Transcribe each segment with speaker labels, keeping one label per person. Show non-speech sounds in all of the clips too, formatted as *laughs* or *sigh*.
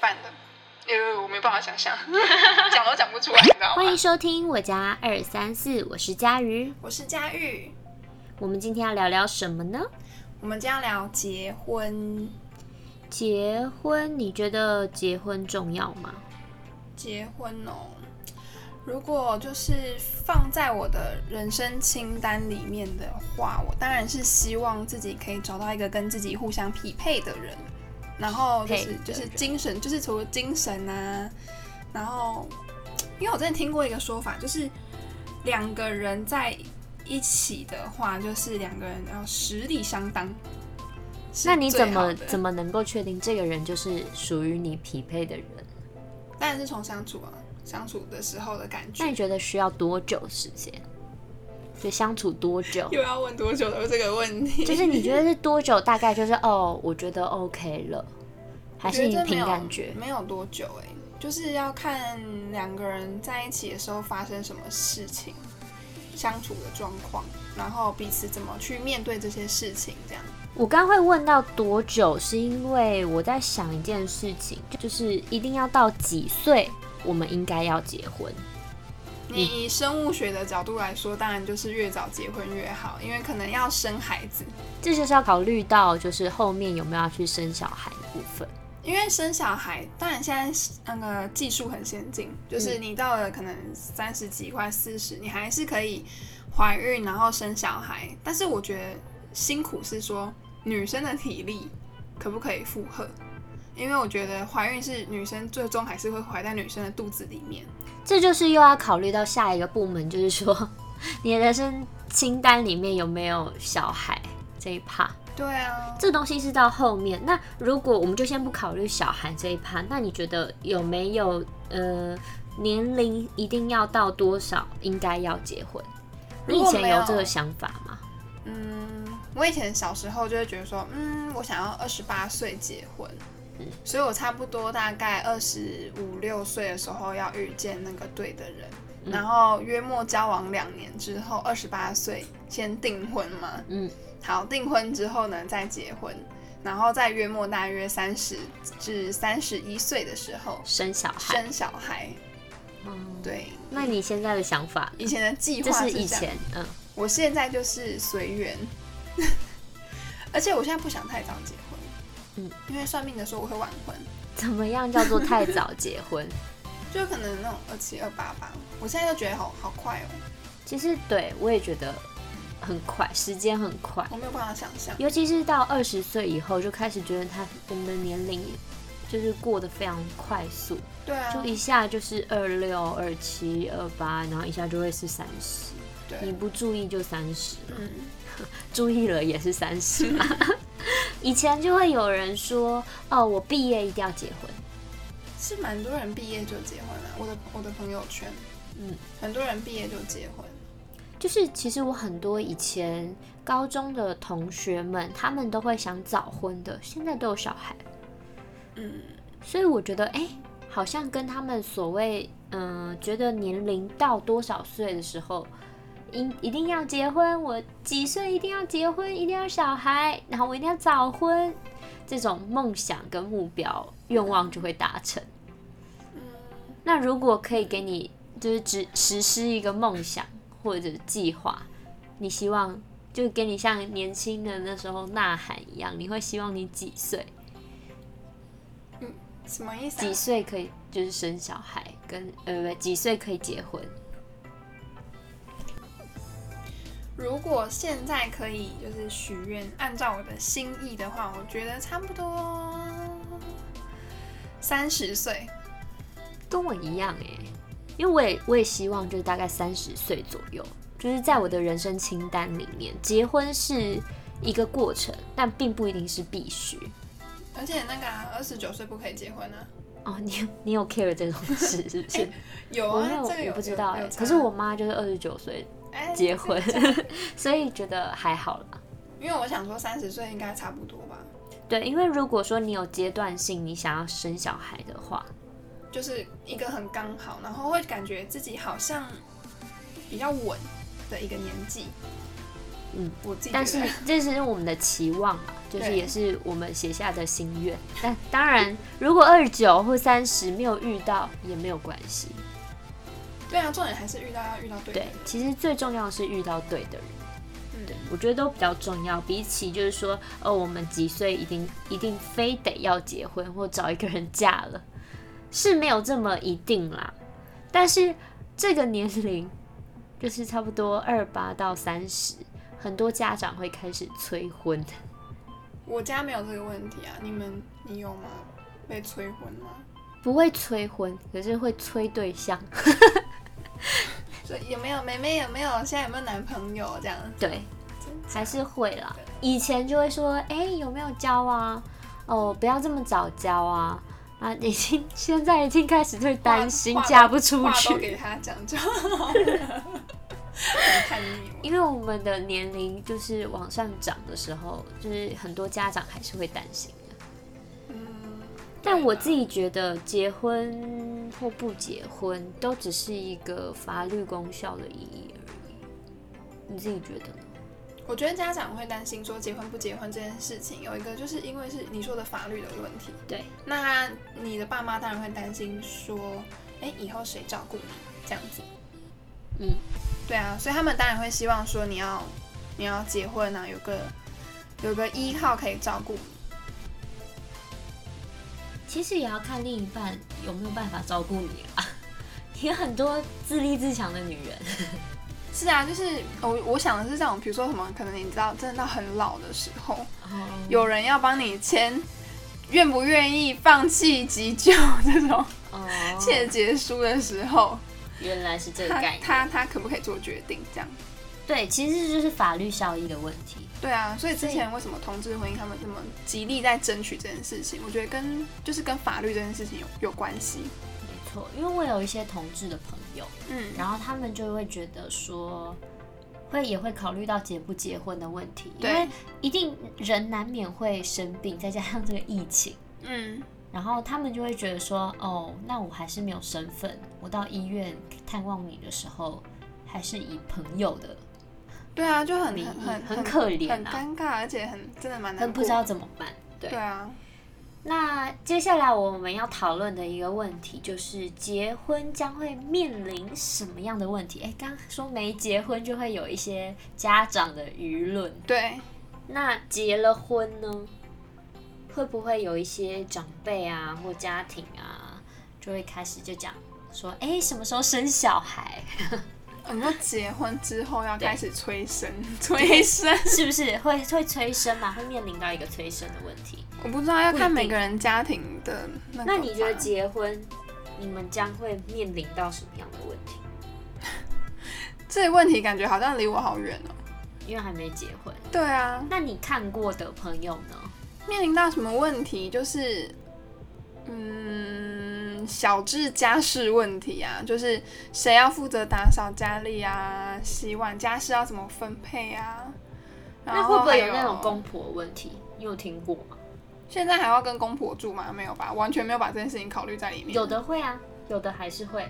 Speaker 1: 办的，因为我没办法想
Speaker 2: *laughs*
Speaker 1: 象，讲都讲不出来，你知道
Speaker 3: 欢迎
Speaker 1: 吗？
Speaker 3: 收听我家二三四，我是佳瑜。
Speaker 2: 我是佳玉，
Speaker 3: 我们今天要聊聊什么呢？
Speaker 2: 我们今天要聊结婚。
Speaker 3: 结婚，你觉得结婚重要吗？
Speaker 2: 结婚哦，如果就是放在我的人生清单里面的话，我当然是希望自己可以找到一个跟自己互相匹配的人，然后就
Speaker 3: 匹
Speaker 2: 是
Speaker 3: 配的
Speaker 2: 就是
Speaker 3: 人
Speaker 2: 精神，就是除了精神啊，然后因为我之前听过一个说法，就是两个人在一起的话，就是两个人要实力相当。是
Speaker 3: 那你
Speaker 2: 最
Speaker 3: 怎
Speaker 2: 好
Speaker 3: 么
Speaker 2: 的
Speaker 3: 怎么能够确定这个人就是属于你匹配的人？
Speaker 2: 当然是从相处啊，相处的时候的感
Speaker 3: 那
Speaker 2: 觉
Speaker 3: 你。觉得需要多久时间？就相处多久？
Speaker 2: *laughs* 又要问多久的这个问题？
Speaker 3: 就是你觉得是多久？大概就是哦，我觉得 OK 了，还是你
Speaker 2: 我觉得没
Speaker 3: 凭
Speaker 2: 有
Speaker 3: 感觉？
Speaker 2: 没有多久哎、就是要看两个人在一起的时候发生什么事情，相处的状况，然后彼此怎么去面对这些事情，这样。
Speaker 3: 我刚会问到多久，是因为我在想一件事情，就是一定要到几岁我们应该要结婚。嗯
Speaker 2: 你以生物学的角度来说，当然就是越早结婚越好，因为可能要生孩子，
Speaker 3: 这就是要考虑到，就是后面有没有要去生小孩的部分。
Speaker 2: 因为生小孩，当然现在那个技术很先进，就是你到了可能三十几快四十，你还是可以怀孕然后生小孩。但是我觉得辛苦是说女生的体力可不可以负荷，因为我觉得怀孕是女生最终还是会怀在女生的肚子里面。
Speaker 3: 这就是又要考虑到下一个部门，就是说 *laughs* 你的人生清单里面有没有小孩这一趴。
Speaker 2: 对啊，
Speaker 3: 这东西是到后面。那如果我们就先不考虑小孩这一趴，那你觉得有没有呃年龄一定要到多少应该要结婚？你
Speaker 2: 如
Speaker 3: 以
Speaker 2: 果
Speaker 3: 前
Speaker 2: 没有
Speaker 3: 这个想法吗？
Speaker 2: 嗯，我以前小时候就会觉得说，嗯，我想要二十八岁结婚，所以我差不多大概二十五六岁的时候要遇见那个对的人，然后约莫交往两年之后，二十八岁先订婚嘛，
Speaker 3: 嗯，
Speaker 2: 好，订婚之后呢再结婚，然后再约莫大约三十至三十一岁的时候
Speaker 3: 生小孩？
Speaker 2: 生小孩，
Speaker 3: 嗯，
Speaker 2: 对。
Speaker 3: 那你现在的想法？
Speaker 2: *laughs* 以前的计
Speaker 3: 这
Speaker 2: 划
Speaker 3: 是
Speaker 2: 这
Speaker 3: 以
Speaker 2: 样
Speaker 3: 前，嗯，
Speaker 2: 我现在就是随缘， *laughs* 而且我现在不想太早结婚，
Speaker 3: 嗯，
Speaker 2: 因为算命的说我会晚婚，
Speaker 3: 怎么样叫做太早结婚？ *laughs*
Speaker 2: 就可能那种二七二八吧。我现在就觉得好好快哦，
Speaker 3: 其实对我也觉得很快，时间很快，
Speaker 2: 我没有办法想象。
Speaker 3: 尤其是到二十岁以后，就开始觉得他我们的年龄就是过得非常快速。
Speaker 2: 对啊
Speaker 3: 就，一下就是二六、二七、二八，然后一下就会是三十。你
Speaker 2: 对，
Speaker 3: 不注意就三十，
Speaker 2: 嗯，
Speaker 3: 注意了也是三十。 *laughs* 以前就会有人说，哦，我毕业一定要结婚。
Speaker 2: 是蛮多人毕业就结婚了、我的我的朋友圈，
Speaker 3: 嗯，
Speaker 2: 很多人毕业就结婚，
Speaker 3: 就是其实我很多以前高中的同学们，他们都会想早婚的，现在都有小孩，
Speaker 2: 嗯，
Speaker 3: 所以我觉得，哎、好像跟他们所谓，嗯、觉得年龄到多少岁的时候，一一定要结婚，我几岁一定要结婚，一定要小孩，然后我一定要早婚，这种梦想跟目标愿望就会达成。那如果可以给你就是只实施一个梦想或者计划，你希望就给你像年轻人那时候呐喊一样，你会希望你几岁？
Speaker 2: 什么意思、
Speaker 3: 几
Speaker 2: 啊？
Speaker 3: 岁可以就是生小孩，跟呃不几岁可以结婚？
Speaker 2: 如果现在可以就是许愿，按照我的心意的话，我觉得差不多三十岁。
Speaker 3: 跟我一样哎、因为我也我也希望就是大概三十岁左右，就是在我的人生清单里面，结婚是一个过程，但并不一定是必须。
Speaker 2: 而且那个啊二十九岁不可以结婚啊，
Speaker 3: 哦，你你有 care 这种事是
Speaker 2: *laughs*
Speaker 3: 不是？
Speaker 2: 有
Speaker 3: 我
Speaker 2: 啊，
Speaker 3: 没有，
Speaker 2: 这个有
Speaker 3: 我不知道哎、
Speaker 2: 哎、有差
Speaker 3: 可是我妈就是二十九岁
Speaker 2: 哎
Speaker 3: 结婚
Speaker 2: 这个讲
Speaker 3: 所以觉得还好啦。
Speaker 2: 因为我想说三十岁应该差不多吧，
Speaker 3: 对，因为如果说你有阶段性，你想要生小孩的话，
Speaker 2: 就是一个很刚好，然后会感觉自己好像比较稳的一个年纪，
Speaker 3: 嗯，
Speaker 2: 我自己觉得
Speaker 3: 但是这是我们的期
Speaker 2: *laughs*
Speaker 3: 望嘛，就是
Speaker 2: 对
Speaker 3: 也是我们写下的心愿。但当然，如果二九或三十没有遇到也没有关系。
Speaker 2: 对啊，重点还是遇到要遇到对的
Speaker 3: 对
Speaker 2: 人，，
Speaker 3: 其实最重要的是遇到对的人。
Speaker 2: 嗯
Speaker 3: 对，我觉得都比较重要，比起就是说，哦，我们几岁一定一定非得要结婚或找一个人嫁了，是没有这么一定啦。但是这个年龄就是差不多二八到三十，很多家长会开始催婚。
Speaker 2: 我家没有这个问题啊，你们你有吗？被催婚吗？
Speaker 3: 不会催婚，可是会催
Speaker 2: *laughs*
Speaker 3: 对象。
Speaker 2: 所以有没有妹妹有没有现在有没有男朋友这样？
Speaker 3: 对，
Speaker 2: 真的
Speaker 3: 还是会啦。以前就会说，哎、有没有交啊？哦，不要这么早交啊！啊，已经 *laughs* 现在已经开始会担心
Speaker 2: 话话都
Speaker 3: 嫁不出
Speaker 2: 话都
Speaker 3: 去，
Speaker 2: 给他讲就好了，
Speaker 3: *laughs*
Speaker 2: 很叛逆哦我。
Speaker 3: 因为我们的年龄就是往上涨的时候，就是很多家长还是会担心的。
Speaker 2: 嗯，
Speaker 3: 但我自
Speaker 2: 己
Speaker 3: 己觉得，结婚或不结婚，都只是一个法律功效的意义而已。你自己觉得呢？
Speaker 2: 我觉得家长会担心说结婚不结婚这件事情，有一个就是因为是你说的法律的问题，
Speaker 3: 对，
Speaker 2: 那你的爸妈当然会担心说，哎，以后谁照顾你这样子？
Speaker 3: 嗯，
Speaker 2: 对啊，所以他们当然会希望说你要你要结婚啊，有个有个依靠可以照顾你。
Speaker 3: 其实也要看另一半有没有办法照顾 *laughs* 你啊。有很多自立自强的女人，
Speaker 2: 是啊，就是我我想的是这种，比如说什么，可能你知道，真的到很老的时候，有人要帮你签，愿不愿意放弃急救这种
Speaker 3: 哦，
Speaker 2: 切结书的时候，
Speaker 3: 原来是这个
Speaker 2: 他
Speaker 3: 概念。
Speaker 2: 他他可不可以做决定？这样
Speaker 3: 对，其实就是法律效益的问题。
Speaker 2: 对啊，所以之前为什么同志婚姻他们这么极力在争取这件事情？我觉得跟就是跟法律这件事情有有关系。
Speaker 3: 没错，因为我有一些同志的朋友，
Speaker 2: 嗯，
Speaker 3: 然后他们就会觉得说，会也会考虑到结不结婚的问题，因
Speaker 2: 对
Speaker 3: 为一定人难免会生病，再加上这个疫情。
Speaker 2: 嗯，
Speaker 3: 然后他们就会觉得说，哦，那我还是没有身份，我到医院探望你的时候，还是以朋友的，
Speaker 2: 对啊，就很
Speaker 3: 你
Speaker 2: 很很
Speaker 3: 很可怜
Speaker 2: 很
Speaker 3: 啊
Speaker 2: 尴尬，而且很真的蛮难
Speaker 3: 很
Speaker 2: 过。
Speaker 3: 不知道怎么办。对，
Speaker 2: 对啊，
Speaker 3: 那接下来我们要讨论的一个问题就是，结婚将会面临什么样的问题？哎，刚刚说没结婚就会有一些家长的舆论，
Speaker 2: 对，
Speaker 3: 那结了婚呢，会不会有一些长辈啊或家庭啊，就会开始就讲说，哎、什么时候生小孩？
Speaker 2: 你说结婚之后要开始催生，催
Speaker 3: *laughs*
Speaker 2: 生，
Speaker 3: 是不是会会催生嘛？会面临到一个催生的问题。
Speaker 2: 我不知道要看
Speaker 3: 不一定
Speaker 2: 每个人家庭的那个吧。
Speaker 3: 那你觉得结婚，你们将会面临到什么样的问题？
Speaker 2: 这个问题感觉好像离我好远哦。
Speaker 3: 因为还没结婚，
Speaker 2: 对啊，
Speaker 3: 那你看过的朋友呢？
Speaker 2: 面临到什么问题？就是，嗯，小至家事问题啊，就是谁要负责打扫家里啊，洗碗家事要怎么分配啊？然
Speaker 3: 那
Speaker 2: 后
Speaker 3: 会不会有
Speaker 2: 还有
Speaker 3: 那种公婆问题？你有听过吗？
Speaker 2: 现在还要跟公婆住吗？没有吧，完全没有把这件事情考虑在里面。
Speaker 3: 有的会啊，有的还是会。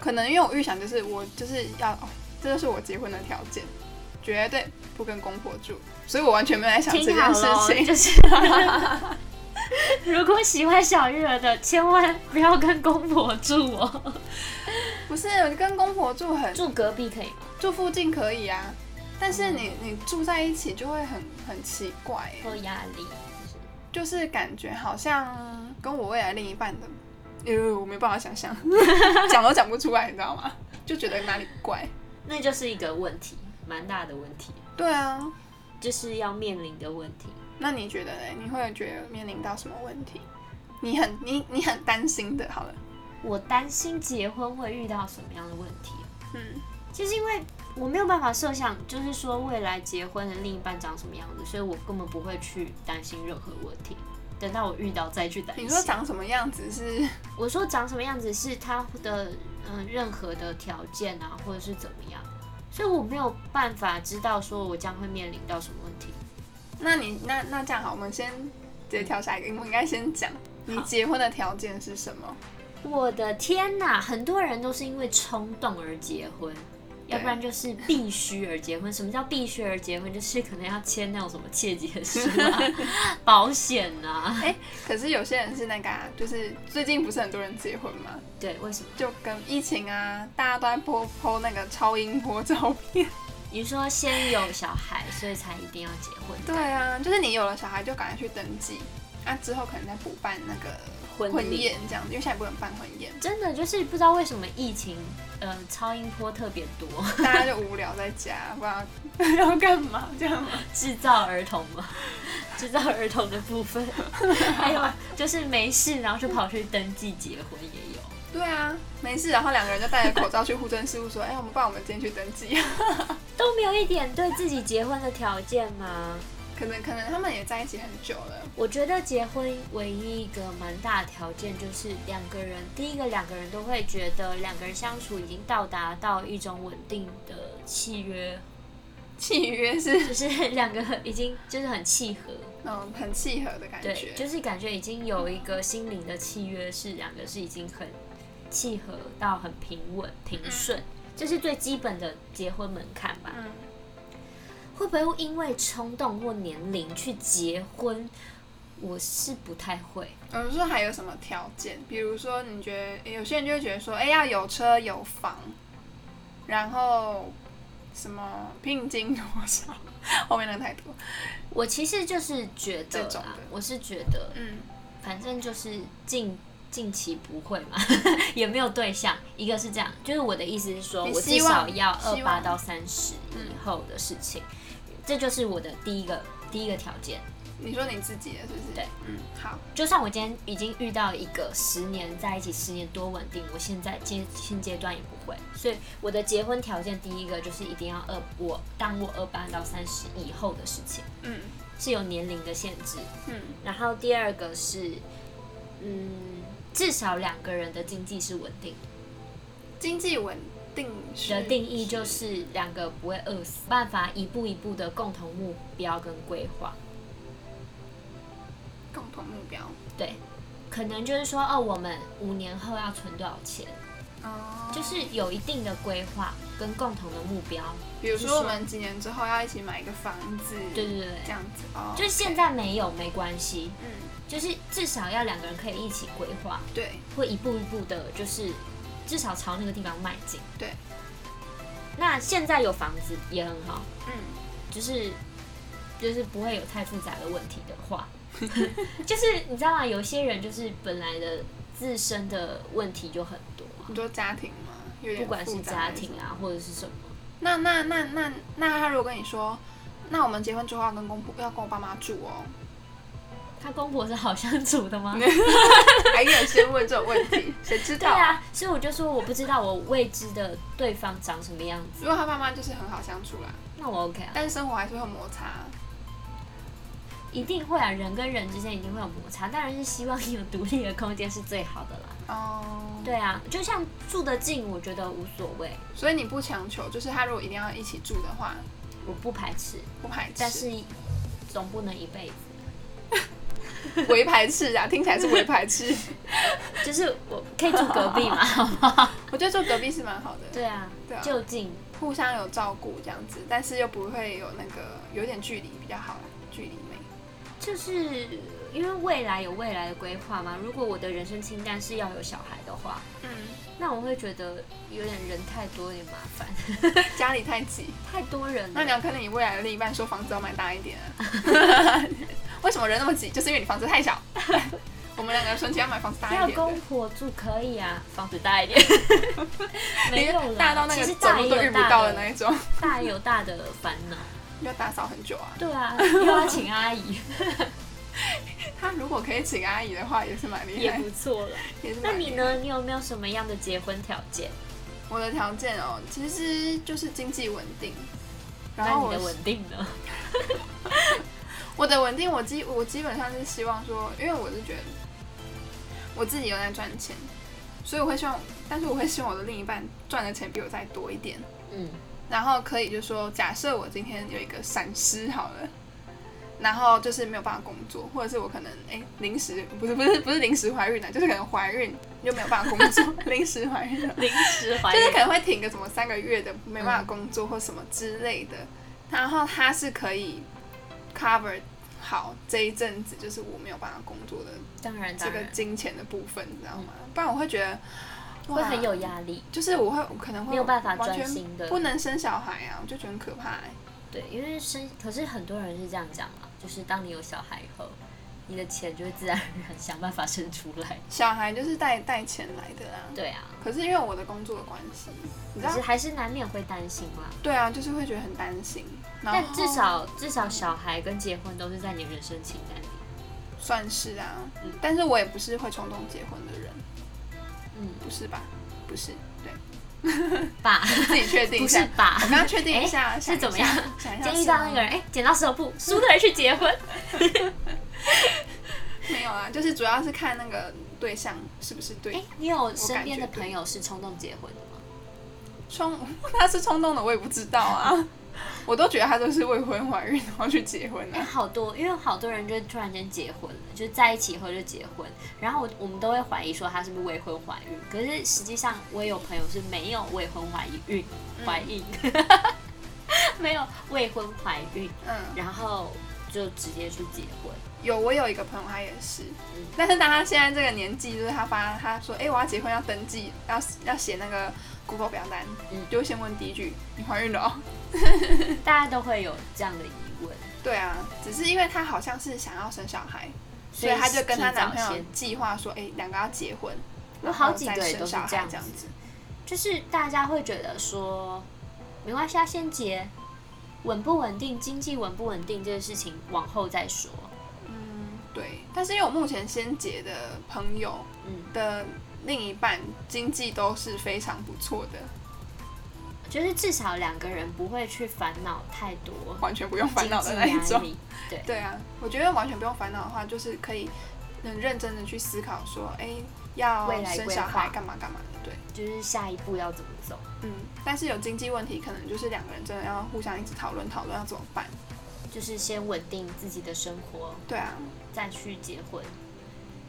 Speaker 2: 可能因为我预想就是我就是要，哦、这就是我结婚的条件，绝对不跟公婆住，所以我完全没有在想这
Speaker 3: 听
Speaker 2: 件
Speaker 3: 好
Speaker 2: 事
Speaker 3: 了，哦
Speaker 2: 情。
Speaker 3: 就是 *laughs* 如果喜欢小玉儿的，千万不要跟公婆住哦，
Speaker 2: 不是跟公婆住很
Speaker 3: 住隔壁可以吗？
Speaker 2: 住附近可以啊，但是你你住在一起就会很很奇怪耶，
Speaker 3: 有压力。
Speaker 2: 就是感觉好像跟我未来另一半的，因、为我没办法想象，讲都讲不出来，你知道吗？就觉得哪里怪。
Speaker 3: 那就是一个问题，蛮大的问题，
Speaker 2: 对啊，
Speaker 3: 就是要面临的问题。
Speaker 2: 那你觉得嘞？你会觉得面临到什么问题？你很你你很担心的，好了，
Speaker 3: 我担心结婚会遇到什么样的问题啊、
Speaker 2: 嗯。
Speaker 3: 其实因为我没有办法设想，就是说未来结婚的另一半长什么样子，所以我根本不会去担心任何问题。等到我遇到再去担心。
Speaker 2: 你说长什么样子是？
Speaker 3: 我说长什么样子是他的嗯、任何的条件啊，或者是怎么样，所以我没有办法知道说我将会面临到什么问题。
Speaker 2: 那你那那这样好，我们先直接跳下一个，我们应该先讲你结婚的条件是什么？
Speaker 3: 我的天呐，很多人都是因为冲动而结婚，要不然就是必须而结婚。什么叫必须而结婚？就是可能要签那种什么切结书啊、保险啊。
Speaker 2: 哎、可是有些人是那个、啊，就是最近不是很多人结婚嘛，
Speaker 3: 对，为什么？
Speaker 2: 就跟疫情啊，大家都在剖剖那个超音波照片。
Speaker 3: 你说先有小孩，所以才一定要结婚？
Speaker 2: 对啊，就是你有了小孩就赶快去登记，那、之后可能再补办那个
Speaker 3: 婚礼
Speaker 2: 婚宴这样子，因为现在不能办婚 *laughs* 宴，
Speaker 3: 真的就是不知道为什么疫情，呃，超音波特别多，
Speaker 2: 大家就无聊在家，不知道要干嘛这样吗？
Speaker 3: 制造儿童嘛，制造儿童的部分，还有就是没事，然后就跑去登记结婚也有。
Speaker 2: 对啊，没事，然后两个人就戴着口罩去户政事务所，哎、我们不然我们今天去登记，啊
Speaker 3: 都没有一点对自己结婚的条件吗？
Speaker 2: 可能可能他们也在一起很久了，
Speaker 3: 我觉得结婚唯一一个蛮大的条件就是两个人，第一个两个人都会觉得两个人相处已经到达到一种稳定的契
Speaker 2: *laughs*
Speaker 3: 约，
Speaker 2: 契约是
Speaker 3: 就是两个已经就是很契合，
Speaker 2: 嗯很契合的感
Speaker 3: 对，
Speaker 2: 觉，
Speaker 3: 就是感觉已经有一个心灵的契约，是两个是已经很契合到很平稳平顺，这是最基本的结婚门槛吧。
Speaker 2: 嗯，
Speaker 3: 会不会因为冲动或年龄去结婚？我是不太会。
Speaker 2: 有时候嗯还有什么条件？比如说，你觉得诶有些人就会觉得说，哎、要有车有房，然后什么聘金多少， *laughs* 后面那个太多。
Speaker 3: 我其实就是觉得
Speaker 2: 这种
Speaker 3: 啊
Speaker 2: 的，
Speaker 3: 我是觉得，
Speaker 2: 嗯，
Speaker 3: 反正就是近近期不会嘛， *laughs* 也没有对象。一个是这样，就是我的意思是说，
Speaker 2: 你
Speaker 3: 我至
Speaker 2: 希
Speaker 3: 少
Speaker 2: 望
Speaker 3: 要二
Speaker 2: 希
Speaker 3: 八
Speaker 2: 望
Speaker 3: 到三十以后的事情，这就是我的第一个第一个条件。
Speaker 2: 你说你自己的是不是？
Speaker 3: 对，
Speaker 2: 嗯，好，
Speaker 3: 就算我今天已经遇到一个十年在一起十年多稳定，我现在阶现阶段也不会，所以我的结婚条件第一个就是一定要二我当我二八到三十以后的事情
Speaker 2: 嗯
Speaker 3: 是有年龄的限制，
Speaker 2: 嗯
Speaker 3: 然后第二个是，嗯，至少两个人的经济是稳定的。
Speaker 2: 经济稳定是
Speaker 3: 的定义就是两个不会饿死，办法一步一步的共同目标跟规划。
Speaker 2: 共同目标。
Speaker 3: 对，可能就是说，哦，我们五年后要存多少钱，
Speaker 2: 哦、
Speaker 3: 就是有一定的规划跟共同的目标。
Speaker 2: 比如说我们几年之后要一起买一个房子，
Speaker 3: 对对对
Speaker 2: 这样子哦。
Speaker 3: 就是现在没有没关系，
Speaker 2: 嗯，
Speaker 3: 就是至少要两个人可以一起规划，
Speaker 2: 对
Speaker 3: 会一步一步的，就是至少朝那个地方迈进。
Speaker 2: 对，
Speaker 3: 那现在有房子也很好，
Speaker 2: 嗯，
Speaker 3: 就是就是不会有太复杂的问题的话， *laughs* 就是你知道吗？有些人就是本来的自身的问题就很多啊、
Speaker 2: 你说家庭吗？有点
Speaker 3: 不管是
Speaker 2: 复杂
Speaker 3: 家
Speaker 2: 还是
Speaker 3: 庭
Speaker 2: 什么
Speaker 3: 啊或者是什么，
Speaker 2: 那那那那那他如果跟你说，那我们结婚之后要跟公婆要跟我爸妈住哦，
Speaker 3: 他公婆是好相处的吗？
Speaker 2: 还敢先问这种问题，谁知
Speaker 3: 对
Speaker 2: 道？
Speaker 3: 啊，所以我就说我不知道我未知的对方长什么样子，
Speaker 2: 如果他爸妈就是很好相处啦，
Speaker 3: 那我 OK 啊，
Speaker 2: 但是生活还是会有摩擦。
Speaker 3: 一定会啊，人跟人之间一定会有摩擦，当然是希望你有独立的空间是最好的啦。
Speaker 2: 哦、
Speaker 3: 对啊，就像住得近，我觉得无所谓，
Speaker 2: 所以你不强求，就是他如果一定要一起住的话，
Speaker 3: 我不排斥，
Speaker 2: 不排斥，
Speaker 3: 但是总不能一辈子。
Speaker 2: 唯排斥啊，听起来是唯排
Speaker 3: *laughs*
Speaker 2: 斥。
Speaker 3: 就是我可以住隔壁 *laughs* 嘛，好不好？
Speaker 2: 我觉得住隔壁是蛮好的，
Speaker 3: 对啊，
Speaker 2: 对啊
Speaker 3: 就近
Speaker 2: 互相有照顾这样子，但是又不会有那个有点距离比较好啦，距离美。
Speaker 3: 就是因为未来有未来的规划嘛。如果我的人生清单是要有小孩的话，
Speaker 2: 嗯，
Speaker 3: 那我会觉得有点人太多，有点麻烦，
Speaker 2: 家里太挤，
Speaker 3: 太多人
Speaker 2: 那
Speaker 3: 了
Speaker 2: 你。要跟你未来的另一半说房子要买大一点啊？
Speaker 3: *laughs*
Speaker 2: 为什么人那么挤？就是因为你房子太小。我们两个存钱要买房子大
Speaker 3: 要
Speaker 2: 一点
Speaker 3: 公
Speaker 2: 的，
Speaker 3: 婆住可以啊，房子大一 *laughs* 点，没有啦
Speaker 2: 大到那
Speaker 3: 其实
Speaker 2: 个走
Speaker 3: 大也
Speaker 2: 路都遇
Speaker 3: 有
Speaker 2: 不
Speaker 3: 大
Speaker 2: 到的那一种，
Speaker 3: 大也有大的烦恼。
Speaker 2: 要打扫很久啊。
Speaker 3: 对啊，又要请
Speaker 2: *laughs*
Speaker 3: 阿姨
Speaker 2: 他如果可以请阿姨的话，也是蛮厉
Speaker 3: 也
Speaker 2: 害，
Speaker 3: 不错了。
Speaker 2: 也是
Speaker 3: 那
Speaker 2: 蛮厉
Speaker 3: 你
Speaker 2: 害。
Speaker 3: 呢？你有没有什么样的结婚条件？
Speaker 2: 我的条件哦，其实就是经济稳定，然
Speaker 3: 那
Speaker 2: 后
Speaker 3: 你
Speaker 2: 我
Speaker 3: 的稳定呢？
Speaker 2: 我的稳定，我基我基本上是希望说，因为我是觉得我自己有在赚钱，所以我会希望，但是我会希望我的另一半赚的钱比我再多一点，
Speaker 3: 嗯，
Speaker 2: 然后可以就说，假设我今天有一个闪失好了，然后就是没有办法工作，或者是我可能哎临时不是不是不是临时怀孕的，啊就是可能怀孕就没有办法工作， *laughs* *laughs* 临时怀孕了，
Speaker 3: 临时怀
Speaker 2: 就
Speaker 3: 孕
Speaker 2: 是可能会停个什么三个月的，没办法工作或什么之类的。然后它是可以 cover 好这一阵子，就是我没有办法工作的
Speaker 3: 当然
Speaker 2: 这
Speaker 3: 当
Speaker 2: 个
Speaker 3: 然
Speaker 2: 金钱的部分，你知道吗？不然我会觉得
Speaker 3: 会
Speaker 2: 哇
Speaker 3: 很有压力，
Speaker 2: 就是我会我可能会
Speaker 3: 没有办法
Speaker 2: 完
Speaker 3: 专
Speaker 2: 全
Speaker 3: 心的
Speaker 2: 不能生小孩啊，我就觉得很可怕、欸。
Speaker 3: 对，因为生可是很多人是这样讲嘛，就是当你有小孩以后，你的钱就会自然而然想办法生出来。
Speaker 2: 小孩就是带带钱来的啦。
Speaker 3: 对啊，
Speaker 2: 可是因为我的工作的关系，你知
Speaker 3: 可
Speaker 2: 道
Speaker 3: 是，还是难免会担心啦。
Speaker 2: 对啊，就是会觉得很担心。然
Speaker 3: 但
Speaker 2: 后
Speaker 3: 至少至少小孩跟结婚都是在你人生清单里。
Speaker 2: 算是啊
Speaker 3: 嗯，
Speaker 2: 但是我也不是会冲动结婚的人，
Speaker 3: 嗯，
Speaker 2: 不是吧？不
Speaker 3: *laughs*
Speaker 2: 是，对，
Speaker 3: 爸，
Speaker 2: 自己确定一
Speaker 3: 不
Speaker 2: 下
Speaker 3: 是。吧
Speaker 2: *laughs* 我？刚刚确定一下
Speaker 3: 哎
Speaker 2: 想一
Speaker 3: 是怎么
Speaker 2: 下
Speaker 3: 样
Speaker 2: 想一下
Speaker 3: 今天遇到那个人，哎、剪刀石头布，输的人去结婚。
Speaker 2: 没有啊，就是主要是看那个对象是不是
Speaker 3: 哎、
Speaker 2: 对
Speaker 3: 你有身边的朋友是冲动结婚的吗？
Speaker 2: 冲， *laughs* 他是冲动的，我也不知道啊。我都觉得他都是未婚怀孕然后去结婚
Speaker 3: 哎、
Speaker 2: 啊。
Speaker 3: 好多，因为好多人就突然间结婚了，就在一起以后就结婚，然后我我们都会怀疑说他是不是未婚怀孕，可是实际上我也有朋友是没有未婚怀孕，怀孕， *laughs* 没有未婚怀孕，
Speaker 2: 嗯，
Speaker 3: 然后就直接去结婚。
Speaker 2: 有，我有一个朋友，他也是，
Speaker 3: 嗯
Speaker 2: 但是当他现在这个年纪，就是他发他说，哎、我要结婚，要登记，要要写那个 Google 表单，
Speaker 3: 嗯
Speaker 2: 就会先问第一句，你怀孕了、哦？
Speaker 3: 大家都会有这样的疑问，
Speaker 2: 对啊，只是因为她好像是想要生小孩，
Speaker 3: 所
Speaker 2: 所以她就跟她
Speaker 3: 提早
Speaker 2: 男朋友
Speaker 3: 先
Speaker 2: 计划说，哎、两个要结婚，
Speaker 3: 我
Speaker 2: 然后
Speaker 3: 好几
Speaker 2: 再
Speaker 3: 个也
Speaker 2: 生
Speaker 3: 都是
Speaker 2: 小孩
Speaker 3: 这样
Speaker 2: 这样
Speaker 3: 子，就是大家会觉得说，没关系，啊，先结，稳不稳定，经济稳不稳定这件事情往后再说。
Speaker 2: 嗯，对。但是因为我目前先结的朋友
Speaker 3: 嗯，
Speaker 2: 的另一半经济都是非常不错的，
Speaker 3: 就是至少两个人不会去烦恼太多
Speaker 2: 完全不用烦
Speaker 3: 经
Speaker 2: 恼
Speaker 3: 济
Speaker 2: 的那一
Speaker 3: 压
Speaker 2: 种。
Speaker 3: 力。对，
Speaker 2: 对啊，我觉得完全不用烦恼的话，就是可以很认真的去思考说，哎、要
Speaker 3: 未来
Speaker 2: 生
Speaker 3: 规
Speaker 2: 小孩
Speaker 3: 划
Speaker 2: 干嘛干嘛的，对，
Speaker 3: 就是下一步要怎么走。
Speaker 2: 嗯。但是有经济问题，可能就是两个人真的要互相一直讨论讨论要怎么办，
Speaker 3: 就是先稳定自己的生活，
Speaker 2: 对啊，
Speaker 3: 再去结婚。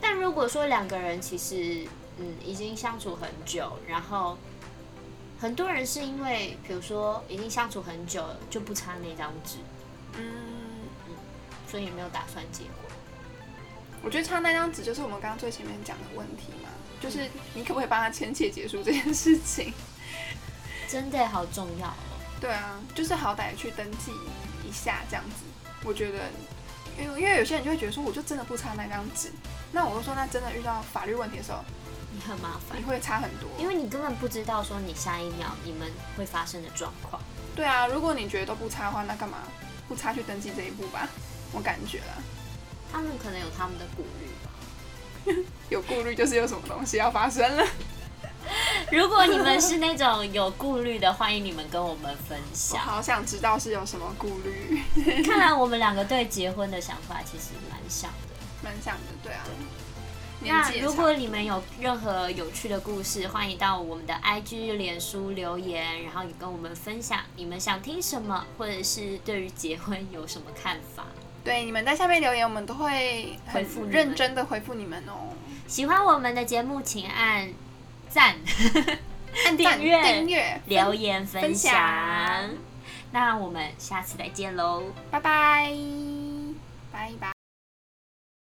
Speaker 3: 但如果说两个人其实嗯已经相处很久，然后很多人是因为比如说已经相处很久了就不差那张纸，
Speaker 2: 嗯，
Speaker 3: 所以也没有打算结婚。
Speaker 2: 我觉得差那张纸就是我们刚刚最前面讲的问题嘛，就是你可不可以帮他签切结束这件事情？ *laughs*
Speaker 3: 真的好重要哦。
Speaker 2: 对啊，就是好歹去登记一下这样子，我觉得。因为因为有些人就会觉得说，我就真的不差那张纸，那我就说，那真的遇到法律问题的时候，
Speaker 3: 你很麻烦
Speaker 2: 你，会差很多。
Speaker 3: 因为你根本不知道说你下一秒你们会发生的状况。
Speaker 2: 对啊，如果你觉得都不差的话，那干嘛不差去登记这一步吧？我感觉啦，
Speaker 3: 他们可能有他们的顾虑吧。
Speaker 2: 有顾虑就是有什么东西要发生了。
Speaker 3: *laughs* 如果你们是那种有顾虑的，欢迎你们跟我们分
Speaker 2: 我
Speaker 3: 享。
Speaker 2: 好想知道是有什么顾虑， *laughs*
Speaker 3: 看来我们两个对结婚的想法其实蛮像的。
Speaker 2: 蛮想的，对啊。年纪
Speaker 3: 那
Speaker 2: 也
Speaker 3: 如
Speaker 2: 差
Speaker 3: 果你们有任何有趣的故事，欢迎到我们的 IG、脸书留言，然后也跟我们分享你们想听什么，或者是对于结婚有什么看法。
Speaker 2: 对你们在下面留言，我们都会很
Speaker 3: 回复你们
Speaker 2: 认真的回复你们哦。
Speaker 3: 喜欢我们的节目，请按赞。
Speaker 2: 按
Speaker 3: 订
Speaker 2: 赞
Speaker 3: 阅
Speaker 2: 订阅、
Speaker 3: 留言分享
Speaker 2: 分享。
Speaker 3: 那我们下次再见喽。
Speaker 2: 拜拜，拜拜。